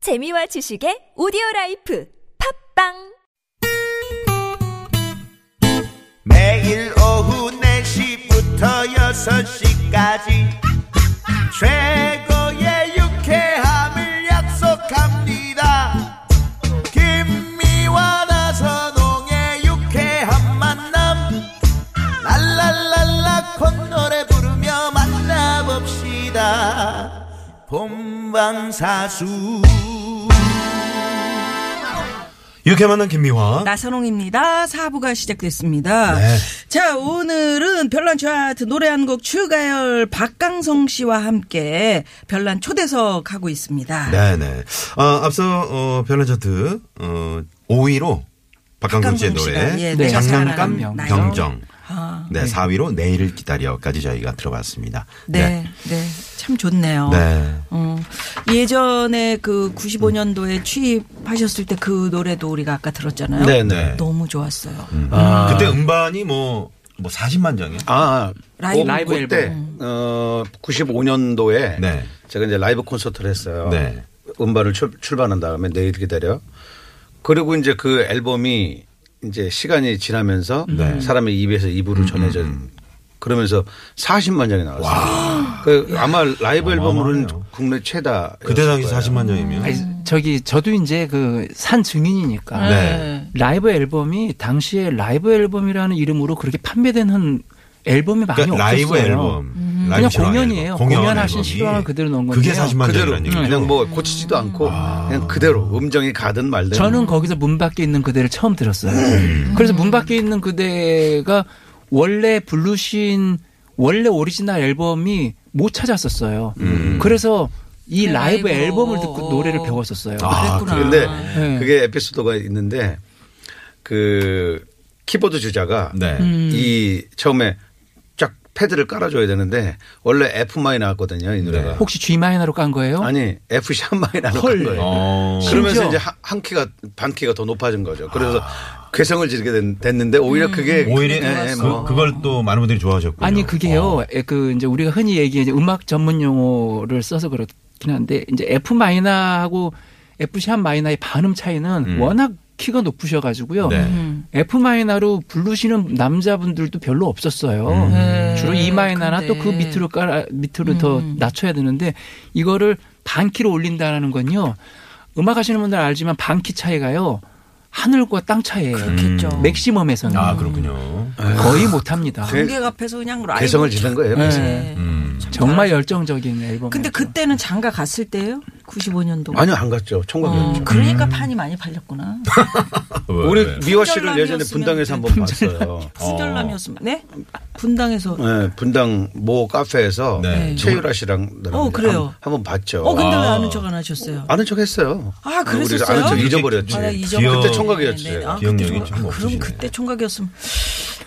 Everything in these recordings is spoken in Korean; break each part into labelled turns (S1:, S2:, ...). S1: 재미와 지식의 오디오 라이프 팝빵
S2: 매일 오후 4시부터 6시까지 최고의 유쾌함을 약속합니다 김미와 나선홍의 유쾌한 만남 랄랄랄라 콧노래 부르며 만나봅시다 본방사수
S3: 이렇게 만난 김미화.
S4: 나선홍입니다. 사부가 시작됐습니다.
S3: 어? 네.
S4: 자, 오늘은 별난 차트 노래 한 곡 추가열 박강성 씨와 함께 별난 초대석 하고 있습니다.
S3: 네네. 아, 앞서, 어, 별난 차트, 어, 5위로 박강성 씨의
S4: 박강성 씨가,
S3: 노래.
S4: 예, 내가
S3: 장난감
S4: 사랑하는 나요.
S3: 병정.
S4: 아,
S3: 네, 4위로 내일을 기다려까지 저희가 들어봤습니다.
S4: 네, 네. 참 좋네요.
S3: 네.
S4: 어, 예전에 그 95년도에 취입하셨을 때 그 노래도 우리가 아까 들었잖아요.
S5: 네,
S3: 네.
S4: 너무 좋았어요.
S5: 아,
S3: 그때 음반이 뭐, 뭐 40만 장이요?
S5: 아,
S4: 라이브.
S5: 그-
S6: 라이브
S5: 그때 어 95년도에
S3: 네.
S5: 제가 이제 라이브 콘서트를 했어요.
S3: 네.
S5: 음반을 출, 출발한 다음에 내일 기다려. 그리고 이제 그 앨범이 이제 시간이 지나면서
S3: 음. 네.
S5: 사람의 입에서 입으로 전해져 그러면서 40만 장이 나왔어요. 그 아마 라이브 앨범으로는
S3: 어마어마하네요.
S5: 국내 최다.
S3: 그때 당시 40만 장이면.
S6: 아니, 저기 저도 이제 그 산 증인이니까
S3: 음. 네.
S6: 라이브 앨범이 당시에 라이브 앨범이라는 이름으로 그렇게 판매되는 앨범이 많이
S3: 그러니까
S6: 없었어요.
S3: 라이브 앨범. 라이브
S6: 그냥
S3: 실황
S6: 공연이에요.
S3: 앨범.
S6: 공연하신
S3: 앨범이
S6: 실황을 그대로 음. 넣은
S3: 그게
S6: 건데요.
S3: 40만
S5: 그대로
S3: 장이라는 얘기죠. 아.
S5: 그냥 뭐 고치지도 않고 그냥 그대로 음정이 가든
S3: 네.
S5: 말든
S6: 저는 거기서 문 밖에 있는 그대를 처음 들었어요. 그래서 문 밖에 있는 그대가 원래 블루신 원래 오리지널 앨범이 못 찾았었어요.
S3: 음.
S6: 그래서 이
S4: 네,
S6: 라이브
S4: 라이브.
S6: 앨범을 듣고 노래를 배웠었어요.
S3: 아,
S4: 그랬구나.
S5: 그런데
S6: 네.
S5: 그게 에피소드가 있는데 그 키보드 주자가
S3: 네.
S5: 이 처음에 쫙 패드를 깔아줘야 되는데 원래 F 마이 나왔거든요 이 노래가
S6: 혹시 G 마이너로 깐 거예요?
S5: 아니 F 샵 마이 나는
S6: 헐.
S5: 거예요.
S3: 어.
S5: 그러면서
S6: 심지어.
S5: 이제 한, 한 키가 반 키가 더 높아진 거죠. 그래서 괴성을 지르게 된- 됐는데 오히려 그게
S3: 오히려
S5: 예, 예, 뭐.
S3: 그, 그걸 또 많은 분들이 좋아하셨고.
S6: 네. 아니 그게요.
S3: 어.
S6: 에, 그 이제 우리가 흔히 얘기해 이제 음악 전문 용어를 써서 그렇긴 한데 이제 F 마이너하고 F 샵 마이너의 반음 차이는
S3: 음.
S6: 워낙 키가 높으셔가지고요.
S3: 네.
S4: 음.
S6: F 마이너로 부르시는 남자분들도 별로 없었어요.
S3: 음.
S4: 네,
S6: 주로 E 마이너나 또 그
S4: 근데. 음.
S6: 밑으로 깔아 밑으로 더 낮춰야 되는데 이거를 반 키로 올린다라는 건요. 음악 하시는 분들 은 알지만 반 키 차이가요. 하늘과 땅 차이예요.
S4: 그렇겠죠.
S6: 음. 맥시멈에서는
S3: 아, 그렇군요. 아,
S6: 거의 못 합니다.
S4: 관객 앞에서 그냥 라이브.
S5: 괴성을 지른 거예요.
S6: 네.
S5: 괴성을.
S3: 음.
S6: 정말 열정적인 앨범.
S4: 근데 그때는 장가 갔을 때예요? 95년도.
S5: 아니요 안 갔죠.
S3: 음.
S5: 총각이었죠.
S4: 어, 그러니까 판이 많이 팔렸구나.
S3: 어, 왜,
S5: 우리
S3: 왜?
S5: 미화 씨를 예전에
S4: 품절남이었으면
S5: 분당에서 한번 봤어요.
S4: 후절남이었으면 네? 분당에서
S3: 어.
S5: 네, 분당 모 카페에서
S3: 네.
S5: 최유라 씨랑 나랑
S4: 어, 그래요.
S5: 한- 한번 봤죠.
S4: 어 근데 왜 아는 척 안 하셨어요?
S5: 아는 척 했어요.
S4: 아, 그랬었어요?
S5: 우리 아는 척 잊어버렸지.
S4: 아, 나 잊어-
S3: 기억-
S5: 그때 총각이었지.
S4: 네, 네. 아, 그때
S3: 기억력이
S4: 총각-
S3: 좀
S4: 아,
S3: 없으시네.
S4: 그럼 그때 총각이었으면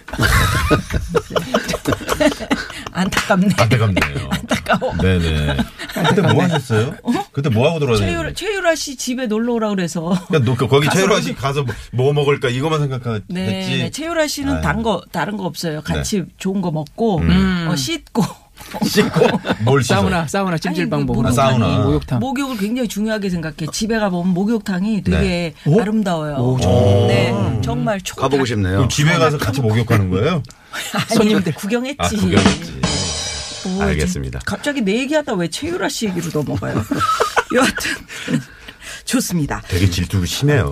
S4: 안타깝네.
S3: 아, 안타깝네요.
S4: 안타까워.
S3: 네네. 그때 뭐 하셨어요? 그때 뭐 하고
S4: 최유라,
S3: 돌아다녔어요?
S4: 최유라 씨 집에 놀러 오라 그래서.
S3: 그러니까 너, 그- 거기 최유라 씨 가서 뭐- 뭐 먹을까 이것만 생각했지.
S4: 네, 네, 최유라 씨는
S3: 아유. 네.
S4: 단 거, 다른 거 없어요. 같이 좋은 거 먹고,
S3: 음.
S4: 어, 씻고.
S3: 씻고 뭘 씻어?
S6: 사우나, 사우나 찜질방
S4: 아니, 뭐. 그
S6: 보고
S3: 아, 사우나.
S6: 목욕탕.
S4: 목욕을 굉장히 중요하게 생각해. 집에 가보면 목욕탕이 되게 아름다워요. 네, 정말 초.
S5: 가보고 싶네요.
S3: 그럼 집에 가서 같이 목욕하는 거예요?
S4: 손님들
S6: 손님들.
S4: 구경했지.
S3: 아, 구경했지.
S4: 오,
S3: 알겠습니다.
S4: 저- 갑자기 내 얘기하다 왜 최유라 씨 얘기로 넘어가요? 여하튼 좋습니다.
S3: 되게 질투가 심해요.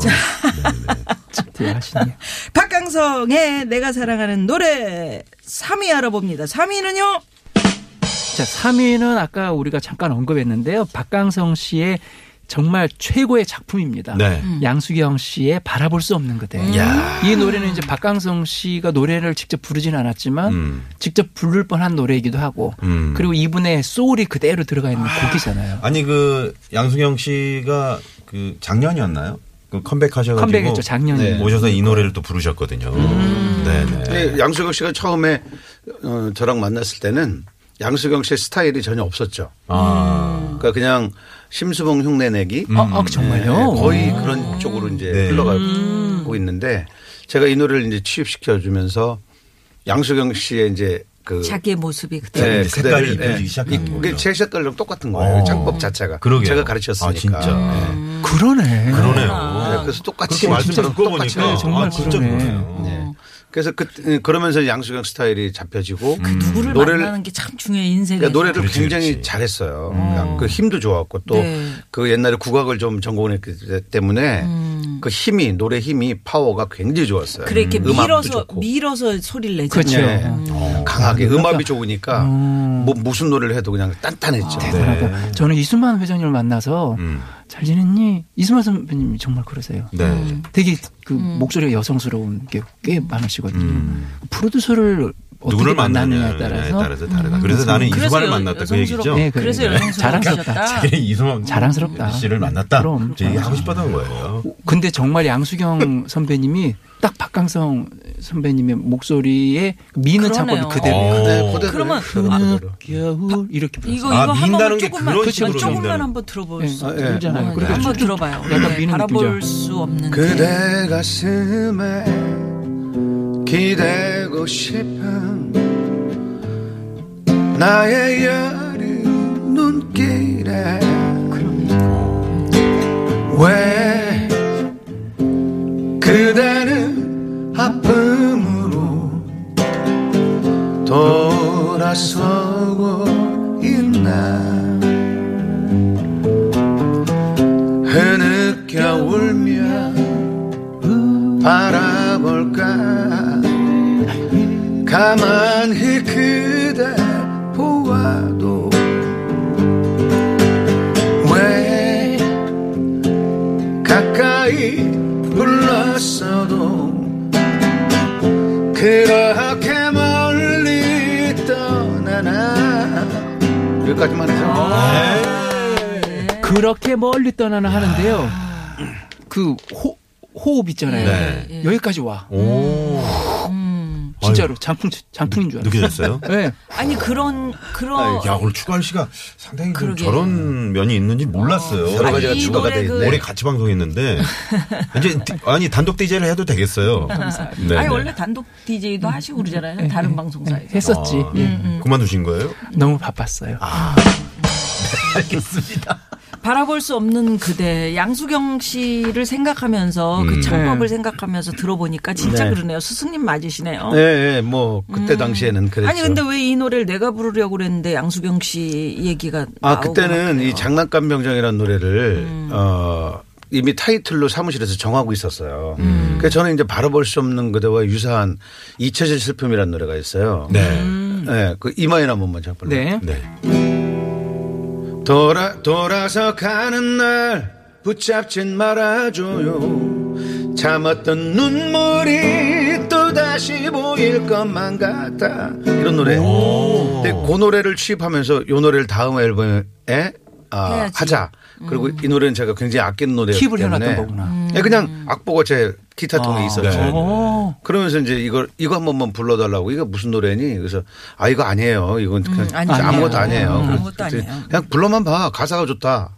S6: 하시네요.
S4: 박강성의 내가 사랑하는 노래 3위 알아봅니다. 3위는요.
S6: 자, 3위는 아까 우리가 잠깐 언급했는데요. 박강성 씨의 정말 최고의 작품입니다.
S3: 네.
S4: 음.
S6: 양수경 씨의 바라볼 수 없는 그대.
S3: 야.
S6: 이 노래는 이제 박강성 씨가 노래를 직접 부르진 않았지만
S3: 음.
S6: 직접 부를 뻔한 노래이기도 하고
S3: 음.
S6: 그리고 이분의 소울이 그대로 들어가 있는 곡이잖아요.
S3: 아니 그 양수경 씨가 그 작년이었나요? 그 컴백하셔가지고
S6: 컴백했죠, 작년에.
S3: 네, 오셔서 이 노래를 또 부르셨거든요. 네네.
S5: 네, 양수경 씨가 처음에 어, 저랑 만났을 때는 양수경 씨의 스타일이 전혀 없었죠.
S4: 음.
S3: 아
S5: 그러니까 그냥 심수봉 흉내 내기
S3: 음.
S6: 아, 아, 정말요?
S4: 어.
S5: 네, 거의 그런 쪽으로 이제
S3: 네.
S5: 흘러가고
S4: 음.
S5: 있는데 제가 이 노래를 이제 취입시켜 주면서 양수경 씨의 이제 그
S4: 자기의 모습이 그대로.
S5: 네,
S3: 이제 색깔이
S5: 그대를,
S3: 입혀지기
S5: 예,
S3: 시작한
S5: 이-
S3: 거군요.
S5: 그게 제 색깔이랑 똑같은 거예요.
S3: 어.
S5: 창법 자체가
S3: 그러게요.
S5: 제가
S3: 아,
S5: 가르쳤으니까.
S3: 진짜.
S5: 예.
S6: 그러네.
S3: 그러네요.
S5: 네, 그래서 똑같이
S3: 그렇게 말씀
S6: 아, 진짜
S3: 듣고
S5: 똑같이
S3: 보니까
S6: 네, 정말
S3: 아, 진짜
S6: 그러네.
S3: 그러네요.
S5: 네. 그래서 그 그러면서 양수경 스타일이
S3: 음.
S5: 잡혀지고
S3: 그
S4: 누구를
S5: 노래를-
S4: 만나는 게 참 중요해 인생에.
S5: 그러니까 노래를
S3: 그렇지,
S5: 굉장히
S3: 그렇지. 음.
S5: 잘했어요. 그러니까 그 힘도 좋았고 또 그
S4: 네.
S5: 옛날에 국악을 좀 전공했기 때문에
S3: 음.
S5: 그 힘이 노래 힘이 파워가 굉장히 좋았어요.
S4: 그래 이렇게
S5: 음악도
S4: 밀어서
S5: 좋고.
S4: 밀어서 소리를 내죠.
S6: 그렇죠.
S5: 네.
S3: 어.
S5: 강하게 음압이 좋으니까 뭐 무슨 노래를 해도 그냥 단단했죠.
S3: 아,
S6: 대단하다.
S3: 네.
S6: 저는 이수만 회장님을 만나서
S3: 음.
S6: 잘 지냈니? 이수만 선배님이 정말 그러세요.
S3: 네.
S6: 되게 그
S4: 음.
S6: 목소리가 여성스러운 게 꽤 많으시거든요. 프로듀서를 어떻게
S3: 음. 누구를 만나느냐에
S6: 만나느냐에
S3: 따라서,
S6: 따라서,
S3: 따라서 다르다. 그래서 나는
S4: 그래서
S3: 이수만을
S4: 여-
S3: 만났다 그
S4: 여성스러워.
S3: 얘기죠.
S6: 네, 그-
S4: 그래서
S6: 네.
S4: 여성스러우셨다.
S3: 자기는 이수만
S6: 자랑스럽다.
S3: 씨를 만났다.
S6: 그럼.
S3: 저 얘기 하고 싶었던 거예요.
S6: 근데 정말 양수경 선배님이 딱 박강성 선배님의 목소리에 미는 창법이
S4: 그러네요.
S6: 그대로.
S3: 어.
S5: 네, 그대로
S4: 그러면 음,
S5: 그대로.
S6: 겨울 이렇게 불렀어요. 네,
S4: 이거
S3: 아,
S4: 이거 한
S3: 민다는
S4: 번만
S3: 게
S4: 조금만
S3: 그런
S4: 아니,
S3: 식으로
S4: 조금만
S3: 민다는-
S4: 한번 들어볼 수.
S5: 예.
S6: 그러잖아요.
S4: 네,
S6: 그러니까
S4: 한번
S6: 쭉-
S4: 들어봐요.
S6: 약간
S4: 네,
S6: 미는
S4: 바라볼
S6: 느낌이죠.
S4: 수 없는 게.
S5: 그대 가슴에 기대고 싶은 나의 여린 눈길에 왜 그대는 아픔으로 돌아서고 있나 흐느껴 울며 바라볼까 가만히 그대 보아도 왜 가까이 불렀어도 그렇게 멀리 떠나나 여기까지만 해요
S4: 아,
S3: 네.
S6: 그렇게 멀리 떠나나 하는데요. 그 호, 호흡 있잖아요.
S4: 예,
S3: 네.
S6: 여기까지 와.
S3: 오.
S6: 음. 진짜로 장풍 장풍인 줄 알았어요.
S3: 느껴졌어요?
S6: 네.
S4: 아니 그런 그런
S3: 야, 오늘 추가할 씨가 상당히 좀
S4: 그러게.
S3: 저런 면이 있는지 몰랐어요.
S5: 음. 여러 가지가
S4: 아니, 이
S5: 추가가
S4: 노래
S5: 돼
S4: 그-
S5: 있네.
S3: 올해 같이 방송했는데 이제 디- 아니 단독 DJ를 해도 되겠어요. 네, 네.
S4: 아니 원래 단독 DJ도 하시고
S6: 음,
S4: 그러잖아요. 다른 방송사에서.
S6: 네. 했었지.
S3: 아,
S6: 예.
S3: 그만두신 거예요?
S6: 너무 바빴어요.
S4: 바라볼 수 없는 그대 양수경 씨를 생각하면서 그 창법을 생각하면서 들어보니까 진짜
S5: 음. 네.
S4: 그러네요. 스승님 맞으시네요.
S5: 예, 예, 뭐 그때 당시에는 그랬죠.
S4: 음. 아니 근데 왜 이 노래를 내가 부르려고 그랬는데 양수경 씨 얘기가
S5: 아
S4: 나오고 음.
S5: 그때는
S4: 막
S5: 이 장난감 병장이라는 노래를 어 이미 타이틀로 사무실에서 정하고 있었어요.
S4: 음.
S5: 그래서 저는 이제 바라볼 수 없는 그대와 유사한 잊혀질 슬픔이라는 노래가 있어요.
S3: 네.
S5: 네, 그 이마이나 한 번만 잠깐.
S6: 네.
S3: 네.
S5: 돌아 돌아서 가는 날 붙잡진 말아줘요. 참았던 눈물이 또 다시 보일 것만 같아. 이런 노래. 근데 그 노래를 취입하면서 요 노래를 다음 앨범에 아,
S4: 해야지. 음.
S5: 하자. 그리고 이 노래는 제가 굉장히 아끼는 노래였기
S6: 킵을 해놨던
S5: 때문에
S6: 거구나. 아,
S5: 예, 그냥 악보가 제 기타 통에 있었죠.
S3: 네.
S6: 오.
S5: 그러면서 이제 이걸 이거 한 번만 불러달라고 이거 무슨 노래니? 그래서 아 이거 아니에요. 이건 그냥
S4: 음, 아니에요.
S5: 아무것도 아니에요.
S4: 음,
S5: 그래서
S4: 아무것도 아니에요. 음,
S5: 그냥 불러만 봐. 가사가 좋다.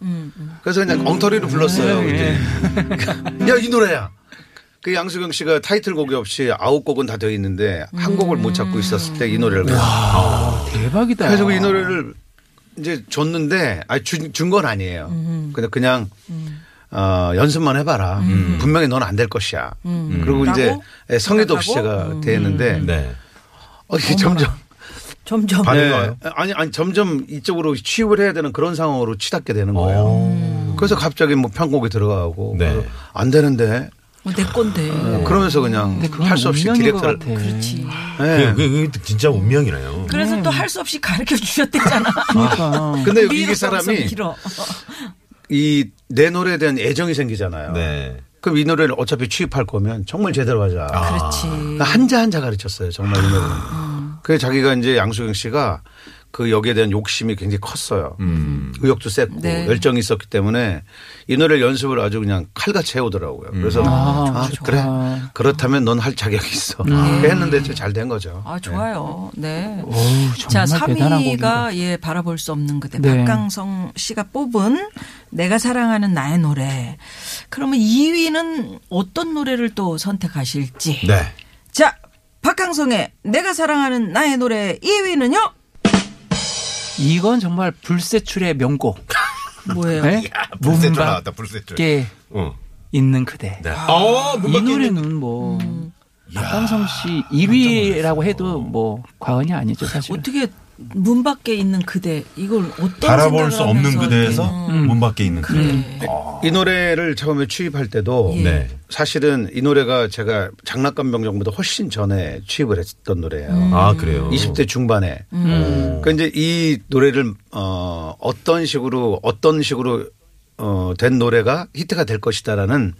S5: 그래서 그냥 엉터리로 불렀어요.
S4: 음.
S5: 이제 야 이 노래야. 그 양수경 씨가 타이틀곡이 없이 아홉 곡은 다 되어 있는데 한 곡을
S4: 음.
S5: 못 찾고 있었을 때 이 노래를
S6: 대박이다.
S5: 그래서 이 노래를 이제 줬는데 아 준 건 아니에요.
S6: 음.
S5: 근데 그냥 어, 연습만 해봐라. 음. 분명히 넌 안 될 것이야.
S6: 음.
S5: 음. 그리고 이제
S4: 라고
S5: 예, 성의도 없이 제가 되었는데
S3: 네.
S5: 어, 이게 점점
S4: 점점
S3: 반응이
S5: 예,
S3: 와요?
S5: 아니 아니 점점 이쪽으로 취업을 해야 되는 그런 상황으로 치닫게 되는 거예요. 그래서 갑자기 뭐 편곡이 들어가고
S3: 어. 네.
S5: 그래서 안 되는데
S4: 어, 내 건데.
S5: 그러면서 그냥
S6: 네. 근데 그건
S5: 할 수 없이
S6: 운명인 것
S5: 디렉터를
S6: 같아.
S4: 그렇지.
S5: 예.
S3: 그게, 그게 진짜 운명이네요.
S4: 그래서 또 할 수 없이 가르쳐 주셨대잖아.
S6: 그러니까.
S5: 음. 근데
S4: 미국
S5: 이
S4: 감성
S5: 사람이
S4: 길어.
S5: 이 내 노래에 대한 애정이 생기잖아요.
S3: 네.
S5: 그럼 이 노래를 어차피 취입할 거면 정말 제대로 하자. 그러니까
S4: 그렇지.
S5: 한자 한자 가르쳤어요. 정말 이 노래는. 그래서 자기가 이제 양수경 씨가 그 역에 대한 욕심이 굉장히 컸어요. 의욕도 셌고
S4: 네.
S5: 열정이 있었기 때문에 이 노래를 연습을 아주 그냥 칼같이 해오더라고요. 그래서 아, 그래 그렇다면 넌 할 자격이 있어. 했는데 잘 된 거죠.
S4: 아 좋아요. 네.
S6: 어우,
S4: 자,
S6: 정말 대단한
S4: 3위가
S6: 곡이다.
S4: 예 바라볼 수 없는 그대
S6: 네.
S4: 박강성 씨가 뽑은 내가 사랑하는 나의 노래. 그러면 2위는 어떤 노래를 또 선택하실지.
S3: 네.
S4: 자, 박강성의 내가 사랑하는 나의 노래 2위는요?
S6: 이건 정말 불세출의 명곡.
S4: 뭐예요?
S6: 네?
S3: 불세조 나왔다, 불세조.
S6: 문밖에 아,
S3: 어.
S6: 있는 그대.
S3: 네. 어,
S6: 이 노래는 뭐 박강성 씨 1위라고 해도 뭐 과언이 아니죠 사실.
S4: 어떻게 문 밖에 있는 그대 이걸 어떤
S3: 바라볼
S4: 생각을
S3: 수 없는
S4: 하면서
S3: 그대에서 음.
S4: 이렇게,
S3: 문 밖에 있는
S6: 음.
S3: 그대.
S5: 이 노래를 처음에 취입할 때도
S3: 네.
S5: 사실은 이 노래가 제가 장난감 명정보다 훨씬 전에 취입을 했던 노래예요.
S3: 아, 그래요?
S5: 20대 중반에.
S3: 음.
S5: 그 이제 이 노래를 어 어떤 식으로 어떤 식으로 어된 노래가 히트가 될 것이다라는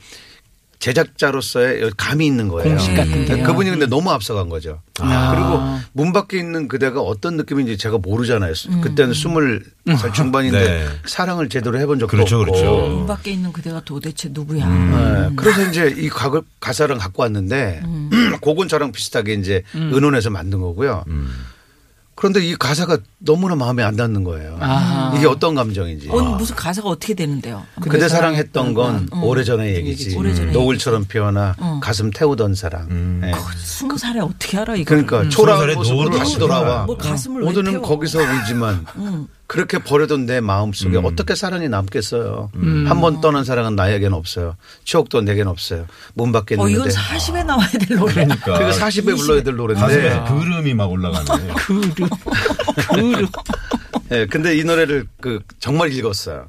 S5: 제작자로서의 감이 있는 거예요. 그러니까
S6: 공식 같은 게요. 아.
S5: 그분이 근데 너무 앞서간 거죠. 그리고 문 밖에 있는 그대가 어떤 느낌인지 제가 모르잖아요.
S6: 음.
S5: 그때는 스물 살 중반인데
S3: 네.
S5: 사랑을 제대로 해본 적도
S3: 그렇죠,
S5: 없고.
S3: 그렇죠.
S4: 문 밖에 있는 그대가 도대체 누구야?
S5: 네. 그래서 이제 이 가글, 가사를 갖고 왔는데
S4: 음.
S5: 곡은 저랑 비슷하게 이제 은혼해서 만든 거고요.
S3: 음.
S5: 그런데 이 가사가 너무나 마음에 안 닿는 거예요.
S6: 아.
S5: 이게 어떤 감정인지. 아.
S4: 오늘 무슨 가사가 어떻게 되는데요?
S5: 그대
S4: 음,
S5: 사랑했던 건 오래전의 얘기지.
S4: 오래전의
S5: 노을처럼 피어나 가슴 태우던 사랑. 예.
S4: 스무 살에 어떻게 알아 이거?
S5: 그러니까 초라한
S3: 살의
S5: 모습으로
S3: 음. 노을을
S5: 다시
S3: 어떻게
S5: 돌아와.
S3: 알아?
S4: 뭘 음. 가슴을 왜
S5: 모두는
S4: 태워? 음.
S5: 거기서 울지만 그렇게 버려둔 내 마음속에 어떻게 사랑이 남겠어요.
S3: 음.
S5: 한 번 떠난 사랑은 나에겐 없어요. 추억도 내겐 없어요. 문 밖에
S4: 어
S5: 있는데.
S4: 이건 40에 나와야 될 노래.
S3: 그러니까.
S5: 그러니까 40에 불러야 될
S3: 가슴에
S5: 노래인데.
S3: 그름이 막 올라가네.
S6: 네. 그룹 그룹
S5: 예, 근데 이 노래를 그 정말 읽었어요.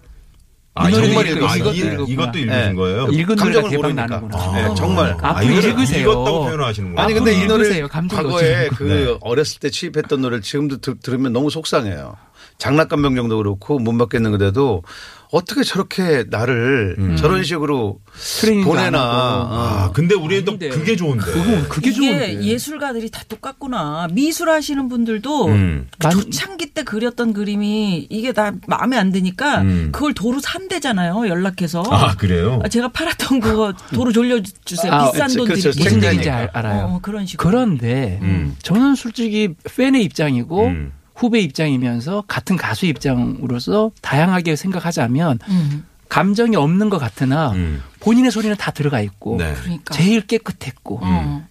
S3: 아,
S6: 이 노래도
S3: 정말
S6: 읽고
S3: 읽었,
S6: 이것도 네.
S3: 이,
S6: 읽었구나.
S3: 이것도 읽으신
S5: 예.
S3: 거예요?
S6: 읽은 노래가
S5: 감정을
S6: 대박
S5: 모르니까.
S6: 나는구나.
S5: 아,
S3: 어.
S5: 정말.
S6: 앞으로
S3: 이거를
S6: 읽으세요.
S3: 읽었다고 표현하시는구나.
S5: 아니 근데 이
S6: 앞으로
S5: 노래
S6: 읽으세요. 감정
S5: 과거에
S6: 넣지
S5: 그
S3: 네.
S5: 어렸을 때 취입했던 노래를 지금도 들, 들으면 너무 속상해요. 장난감 명정도 그렇고 못 받겠는데도 어떻게 저렇게 나를 저런 식으로
S6: 트레이닝도 안
S5: 보내나.
S6: 하고.
S5: 아,
S3: 음. 아, 근데 우리도
S6: 아닌데.
S3: 그게 좋은데.
S6: 그거 그게
S4: 이게
S6: 좋은데.
S4: 예술가들이 다 똑같구나. 미술 하시는 분들도
S3: 음.
S4: 그
S6: 만-
S4: 초창기 때 그렸던 그림이 이게 다 마음에 안 드니까
S3: 음.
S4: 그걸 도로 산대잖아요. 연락해서.
S3: 아, 그래요?
S4: 아, 제가 팔았던 그거 도로 돌려주세요.
S6: 아,
S4: 비싼
S5: 그치,
S4: 돈
S5: 그렇죠.
S4: 드릴게요.
S6: 무슨
S5: 책자니까.
S6: 얘기인지 알, 아요
S4: 어, 그런 식으로.
S6: 그런데 저는 솔직히 팬의 입장이고
S3: 음.
S6: 후배 입장이면서 같은 가수 입장으로서 다양하게 생각하자면
S4: 음,
S6: 감정이 없는 것 같으나
S3: 음.
S6: 본인의 소리는 다 들어가 있고
S3: 네.
S4: 그러니까.
S6: 제일 깨끗했고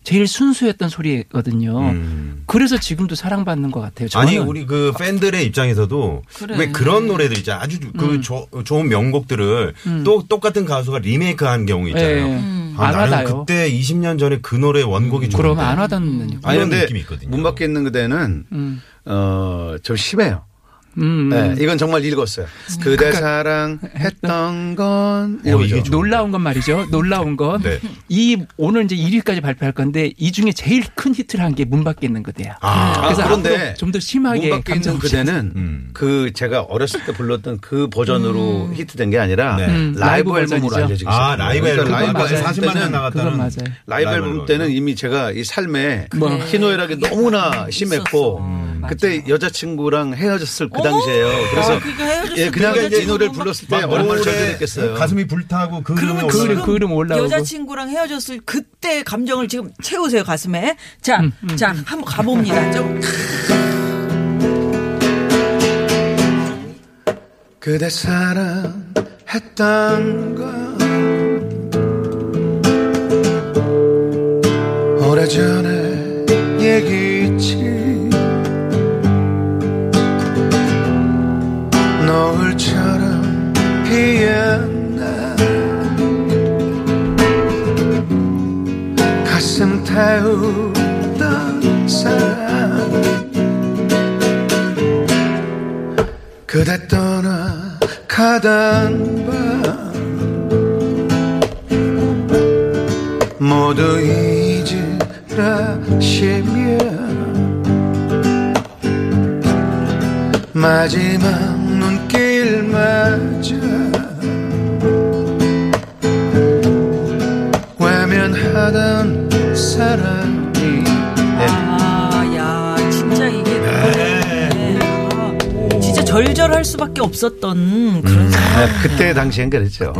S6: 제일 순수했던 소리거든요.
S3: 음.
S6: 그래서 지금도 사랑받는 것 같아요. 저는
S3: 아니 우리 그 팬들의 입장에서도
S4: 그래.
S3: 왜 그런 노래들 있잖아 아주 그
S6: 음.
S3: 조- 좋은 명곡들을 또 똑같은 가수가 리메이크한 경우 있잖아요.
S6: 예. 음.
S3: 아,
S6: 안
S3: 나는
S6: 와닿아요. 음.
S3: 그때 20년 전에 그 노래 원곡이 좋은데.
S6: 그러면 안 와닿는
S5: 아니
S3: 그런
S5: 근데
S3: 느낌이 있거든요.
S5: 문 밖에 있는 그대는
S6: 음.
S5: 어, 좀 심해요.
S6: 음. 그러니까
S5: 네, 이건 정말 읽었어요. 그대 사랑했던 건
S3: 어, 이게
S5: 이거죠.
S3: 좋은데.
S6: 놀라운 건 말이죠. 놀라운 건.
S3: 네.
S6: 이 오늘 이제 1위까지 발표할 건데 이 중에 제일 큰 히트를 한 게 문 밖에 있는 그대야.
S3: 아,
S5: 아, 그런데
S6: 좀 더
S5: 문
S6: 심하게
S5: 밖에 있는
S6: 감정
S5: 그대는
S3: 음.
S5: 그 제가 어렸을 때 불렀던 그 버전으로 히트된 게 아니라
S3: 네.
S6: 음,
S5: 라이브,
S6: 라이브
S5: 앨범으로
S6: 버전이죠.
S5: 알려지기
S3: 아,
S5: 시작한
S3: 라이브
S5: 거예요.
S3: 앨범.
S5: 그러니까
S6: 라이브
S3: 라이브
S6: 맞아요.
S5: 앨범
S3: 40만
S5: 때는
S3: 원 나갔다는.
S6: 그건 맞아요.
S5: 라이브
S3: 앨범.
S5: 앨범 때는 이미 제가 이 삶에
S6: 그래.
S5: 희노애락이 너무나 심했고 그때 여자친구랑 헤어졌을 그 당시에요. 그래서
S4: 아, 그러니까 헤어졌을
S5: 예, 그냥
S4: 때
S5: 이 노래를 불렀을 때뭐
S3: 막
S5: 얼마나
S3: 노래
S5: 저들했겠어요.
S3: 가슴이 불타고 그
S4: 그러면
S3: 음이
S6: 그래,
S4: 지금
S3: 올라가고.
S6: 그 이름 올라오고.
S4: 여자친구랑 헤어졌을 그때 감정을 지금 채우세요 가슴에. 자,
S6: 음.
S4: 자 한번 가봅니다. 좀
S5: 그대 사랑했던 건 오래전에 얘기지 노을처럼 피었나 가슴 태우던 사랑 그대 떠나가던 밤 모두 잊으라시며 마지막 눈길마저 외면하던 사랑이
S4: 아, 야, 진짜 이게 네. 아, 진짜 절절할 수밖에 없었던
S3: 음.
S4: 그런 상
S5: 아, 그때 당시엔 그랬죠.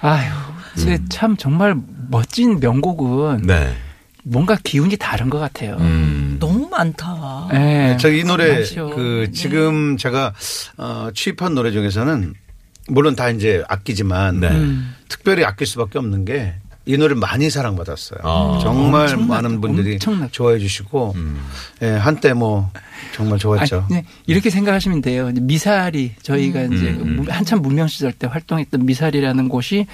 S6: 아유, 근데
S5: 음.
S6: 참 정말 멋진 명곡은
S3: 네.
S6: 뭔가 기운이 다른 것 같아요.
S3: 음.
S4: 너무 많다.
S6: 예.
S5: 음. 저이 노래
S6: 맞죠. 네.
S5: 그 지금 제가 어, 취입한 노래 중에서는 물론 다 이제 아끼지만
S3: 네.
S6: 음.
S5: 특별히 아낄 수밖에 없는 게 이 노래 많이 사랑받았어요.
S3: 아. 음.
S5: 정말
S6: 엄청나죠.
S5: 많은 분들이
S6: 엄청나죠.
S5: 좋아해 주시고 예, 한때 뭐 정말 좋았죠. 음.
S6: 아니, 네, 이렇게 생각하시면 돼요. 이제 미사리 저희가 이제 문- 한참 문명 시절 때 활동했던 미사리라는 곳이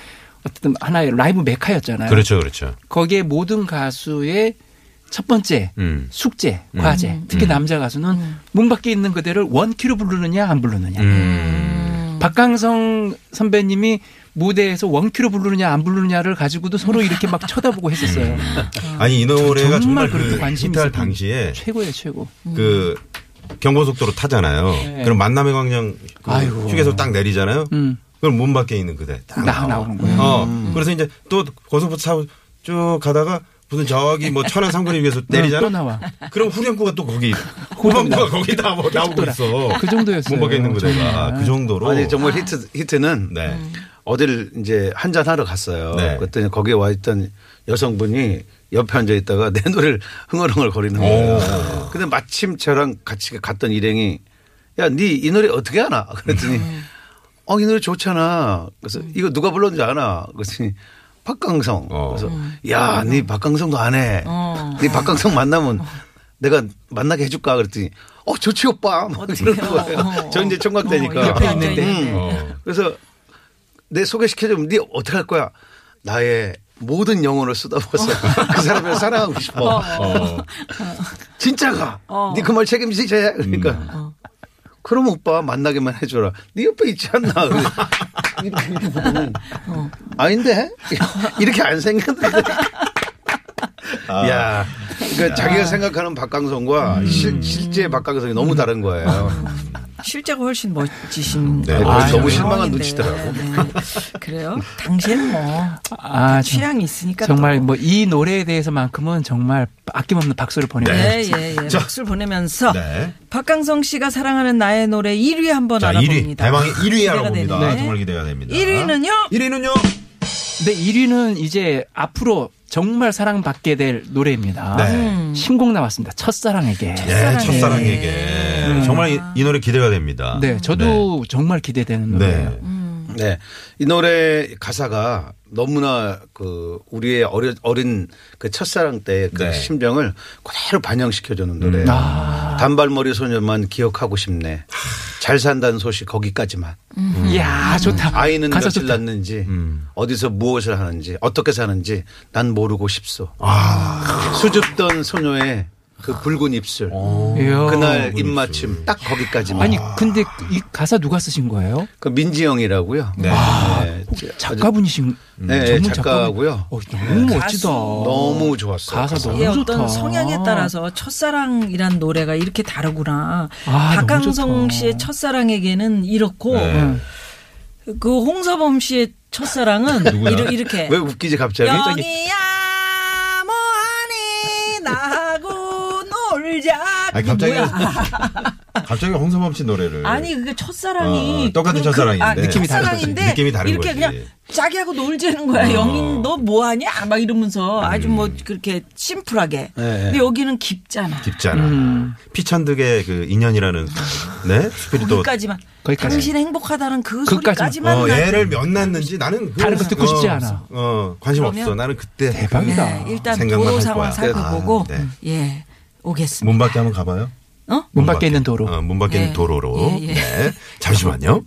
S6: 어쨌든 하나의 라이브 메카였잖아요.
S3: 그렇죠, 그렇죠.
S6: 거기에 모든 가수의 첫 번째
S3: 음.
S6: 숙제, 과제,
S5: 음.
S6: 특히 남자 가수는 문 밖에 있는 그대를 원키로 부르느냐 안 부르느냐.
S5: 음.
S6: 박강성 선배님이 무대에서 원키로 부르느냐 안 부르느냐를 가지고도 서로 이렇게 막 쳐다보고 했었어요.
S3: 아니 이 노래가 정말,
S6: 그렇게
S3: 그
S6: 관심이
S3: 히트할
S6: 있었던
S3: 당시에
S6: 최고예요, 최고.
S3: 그 경고속도로 타잖아요. 그럼 만남의 광장 그
S6: 네. 아이고.
S3: 휴게소 딱 내리잖아요.
S6: 음.
S3: 그럼 문 밖에 있는 그대 딱
S6: 나-
S3: 나와.
S6: 나오는 음. 거예요.
S3: 어, 그래서 이제 또 고속버스 타고 쭉 가다가 무슨 저기 뭐 천안 상거리 위에서 내리잖아.
S6: 음, 또 나와.
S3: 그럼 후렴구가 또 거기 후반부가 거기 다 뭐 나오고 있어.
S6: 그 정도였어요. 음.
S3: 문 밖에 있는 그대가
S6: 정말.
S3: 그 정도로.
S5: 아니 정말 히트 히트는
S3: 네.
S6: 음.
S5: 어딜 이제 한잔 하러 갔어요.
S3: 네.
S5: 그랬더니 거기에 와 있던 여성분이 옆에 앉아 있다가 내 노래를 흥얼흥얼 거리는 거예요. 근데 마침 저랑 같이 갔던 일행이 야, 니 이 노래 어떻게 아나? 그랬더니 어, 이 노래 좋잖아. 그래서 이거 누가 불렀는지 아나? 그랬더니 박강성.
S3: 어.
S5: 그래서 야, 니 박강성도 안 해. 니 박강성 만나면 내가 만나게 해줄까? 그랬더니 어, 좋지 오빠. 막 이러는 거예요. 저 이제 총각 되니까.
S6: 옆에 있는데.
S5: 음.
S3: 어.
S5: 그래서 내 소개시켜주면 네 어떻게 할 거야? 나의 모든 영혼을 쏟아부어서 그 사람을 사랑하고 싶어.
S3: 어.
S5: 진짜가. 네 그 말 책임지지. 그러니까. 그럼 오빠 만나게만 해줘라. 네 옆에 있지 않나. 그래서 이렇게 이렇게 보면 아닌데 이렇게 안 생겼는데. 야, 그러니까 자기가 생각하는 박강성과 실, 실제 박강성이 너무 다른 거예요.
S4: 실제가 훨씬 멋지신.
S3: 네,
S5: 아,
S4: 그런 상황인데.
S5: 너무 실망한 눈치더라고.
S4: 네. 그래요? 당시에는 뭐
S6: 아, 정-
S4: 취향이 있으니까.
S6: 정말 뭐 이 노래에 대해서만큼은 정말 아낌없는 박수를 보내고
S4: 또.
S6: 네.
S4: 예, 예, 예.
S3: 자.
S4: 박수를 보내면서
S3: 네.
S4: 박강성 씨가 사랑하는 나의 노래 1위 한번
S3: 자, 1위.
S4: 알아봅니다.
S3: 대망의 1위
S4: 기대가
S3: 알아봅니다.
S4: 되네.
S3: 정말 기대가 됩니다.
S4: 1위는요?
S3: 1위는요?
S6: 근데 1위는 이제 앞으로 정말 사랑받게 될 노래입니다.
S3: 네.
S6: 신곡 나왔습니다. 음. 첫사랑에게. 음.
S3: 예, 첫사랑에게. 정말 이, 이 노래 기대가 됩니다.
S6: 네, 저도 정말 기대되는
S3: 네.
S6: 노래예요.
S3: 네.
S5: 네. 이 노래 가사가 너무나 그 우리의 어려, 어린 그 첫사랑 때의 그
S3: 네.
S5: 심정을 그대로 반영시켜주는
S6: 음.
S5: 노래예요.
S6: 아.
S5: 단발머리 소녀만 기억하고 싶네. 잘 산다는 소식 거기까지만.
S6: 이야, 좋다.
S5: 아이는
S6: 음. 가사
S5: 며칠
S6: 좋다. 음.
S5: 낳는지 어디서 무엇을 하는지 어떻게 사는지 난 모르고 싶소.
S6: 아.
S5: 수줍던 소녀의 그 붉은 입술.
S6: 이야.
S5: 그날 입맞춤 딱 거기까지만.
S6: 어. 아니, 근데 이 가사 누가 쓰신 거예요?
S5: 그 민지영이라고요.
S3: 네.
S5: 네. 아주
S6: 작가분이신
S5: 네,
S6: 전문
S5: 작가고요.
S6: 작가분. 어, 너무 멋지다.
S5: 너무 좋았어요.
S6: 가사
S5: 가사.
S6: 너무
S4: 이게
S6: 좋다.
S4: 어떤 성향에 따라서 첫사랑이란 노래가 이렇게 다르구나.
S6: 아, 너무
S4: 박강성
S6: 좋다.
S4: 씨의 첫사랑에게는 이렇고
S3: 네.
S4: 그 홍서범 씨의 첫사랑은 이르- 이렇게
S5: 네. 왜 웃기지 갑자기?
S4: 여기야 뭐하니 나하고 놀자.
S3: 아니, 갑자기, 그 갑자기 홍서범 씨 노래를.
S4: 아니 그게 첫사랑이
S3: 어, 똑같은
S4: 그냥
S3: 첫사랑인데.
S4: 아,
S3: 느낌이 다른
S4: 첫사랑인데
S3: 거지. 느낌이 다른
S4: 이렇게
S3: 거지. 어.
S4: 그냥 자기하고 놀자는 거야. 영인 너 뭐하냐 막 이러면서 아주 뭐
S3: 음.
S4: 그렇게 심플하게.
S3: 네.
S4: 근데 여기는 깊잖아.
S3: 깊잖아. 피천득의 그 인연이라는 네 스피릿도
S4: 거기까지만.
S6: 거기까지.
S4: 당신 행복하다는 그
S6: 그까지만.
S4: 소리까지만.
S3: 어,
S4: 나-
S3: 애를 몇 낳는지 나는
S6: 다른 거 듣고 싶지
S3: 어,
S6: 않아.
S3: 어 관심 없어. 나는 그때
S6: 대박이다.
S4: 네, 일단
S3: 생각만
S4: 도로
S3: 할 거야.
S4: 상황 살펴보고
S3: 아, 네.
S4: 예
S3: 음.
S4: 오겠습니다.
S3: 문 밖에 한번 가봐요.
S4: 어?
S6: 문 밖에 있는 도로.
S3: 어, 문 밖에 있는
S4: 예.
S3: 도로로.
S4: 예, 예.
S3: 네. 잠시만요.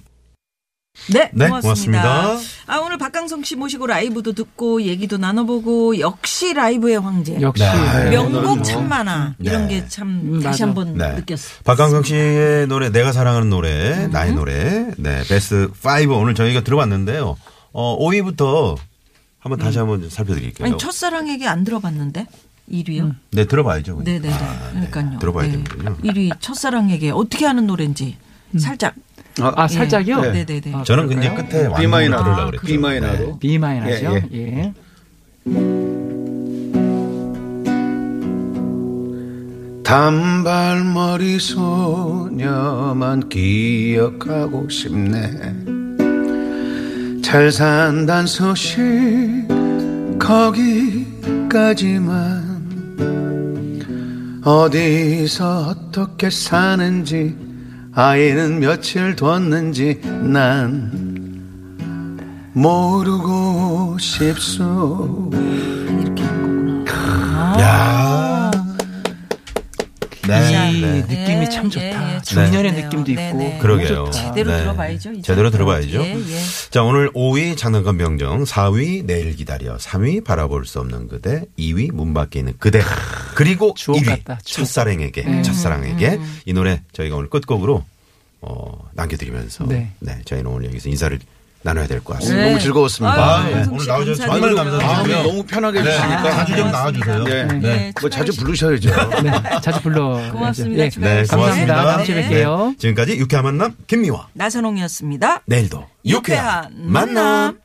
S4: 네,
S3: 네,
S4: 고맙습니다.
S3: 고맙습니다.
S4: 아 오늘 박강성 씨 모시고 라이브도 듣고 얘기도 나눠보고 역시 라이브의 황제.
S6: 역시.
S3: 네.
S4: 명곡 참 많아 이런
S3: 네.
S4: 게
S6: 음,
S4: 참 다시
S6: 맞아.
S4: 한번
S3: 네.
S4: 느꼈어.
S3: 박강성 씨의 노래 내가 사랑하는 노래 나의 노래 네 베스트 5 오늘 저희가 들어봤는데요. 어 5위부터 한번 다시 한번 살펴드릴게요.
S4: 아니 첫사랑에게 안 들어봤는데 1위요.
S6: 음.
S3: 네 들어봐야죠. 그러니까.
S4: 네네네.
S3: 아, 네.
S4: 그러니까요.
S3: 들어봐야
S4: 네.
S3: 되는군요.
S4: 1위 첫사랑에게 어떻게 하는 노래인지
S6: 음.
S4: 살짝.
S6: 아, 살짝이요?
S4: 예. 네네네.
S6: 아,
S3: 저는 이제 끝에
S5: B
S3: 완곡을 들으려고
S5: 마이너로.
S3: 그랬죠.
S5: B 마이너로.
S6: B 마이너죠.
S5: 예,
S6: 예.
S5: 단발머리 소녀만 기억하고 싶네 잘 산단 소식 거기까지만 어디서 어떻게 사는지 아이는 며칠 뒀는지 난 모르고 싶소.
S3: 야. 네.
S6: 이
S3: 네.
S6: 느낌이
S4: 예,
S6: 참 좋다.
S4: 예, 예,
S6: 중년의
S4: 좋네요.
S6: 느낌도 있고.
S4: 네, 네.
S3: 그러게요.
S4: 제대로
S3: 네.
S4: 들어봐야죠. 이
S3: 제대로
S4: 정도는.
S3: 들어봐야죠.
S4: 예, 예.
S3: 자, 오늘 5위 장난감 병정, 4위 내일 기다려, 3위 바라볼 수 없는 그대, 2위 문 밖에 있는 그대, 그리고
S6: 주옥
S3: 1위
S6: 같다, 주옥.
S3: 첫사랑에게,
S4: 음.
S3: 첫사랑에게 이 노래 저희가 오늘 끝곡으로 어, 남겨드리면서
S6: 네.
S3: 네. 저희는 오늘 여기서 인사를 나눠야 될 것 같습니다.
S4: 네.
S5: 너무 즐거웠습니다.
S3: 아,
S4: 아유,
S5: 예.
S4: 방송
S3: 오늘 나오셔서
S4: 감사드리고요.
S3: 정말
S4: 아,
S5: 마음이
S3: 감사드리고요.
S5: 너무 편하게 해주시니까.
S3: 네. 아, 자주 좀 나와주세요. 음.
S5: 예.
S4: 네,
S5: 뭐 자주 부르셔야죠.
S6: 네, 자주 불러.
S4: 고맙습니다.
S6: 예.
S4: 축하드립니다.
S3: 네,
S6: 감사합니다.
S3: 고맙습니다.
S6: 다음 주에
S3: 네.
S6: 뵐게요.
S3: 지금까지 유쾌한 만남 김미화,
S4: 나선홍이었습니다.
S3: 내일도 유쾌한
S4: 유쾌한 만남.
S3: 만남.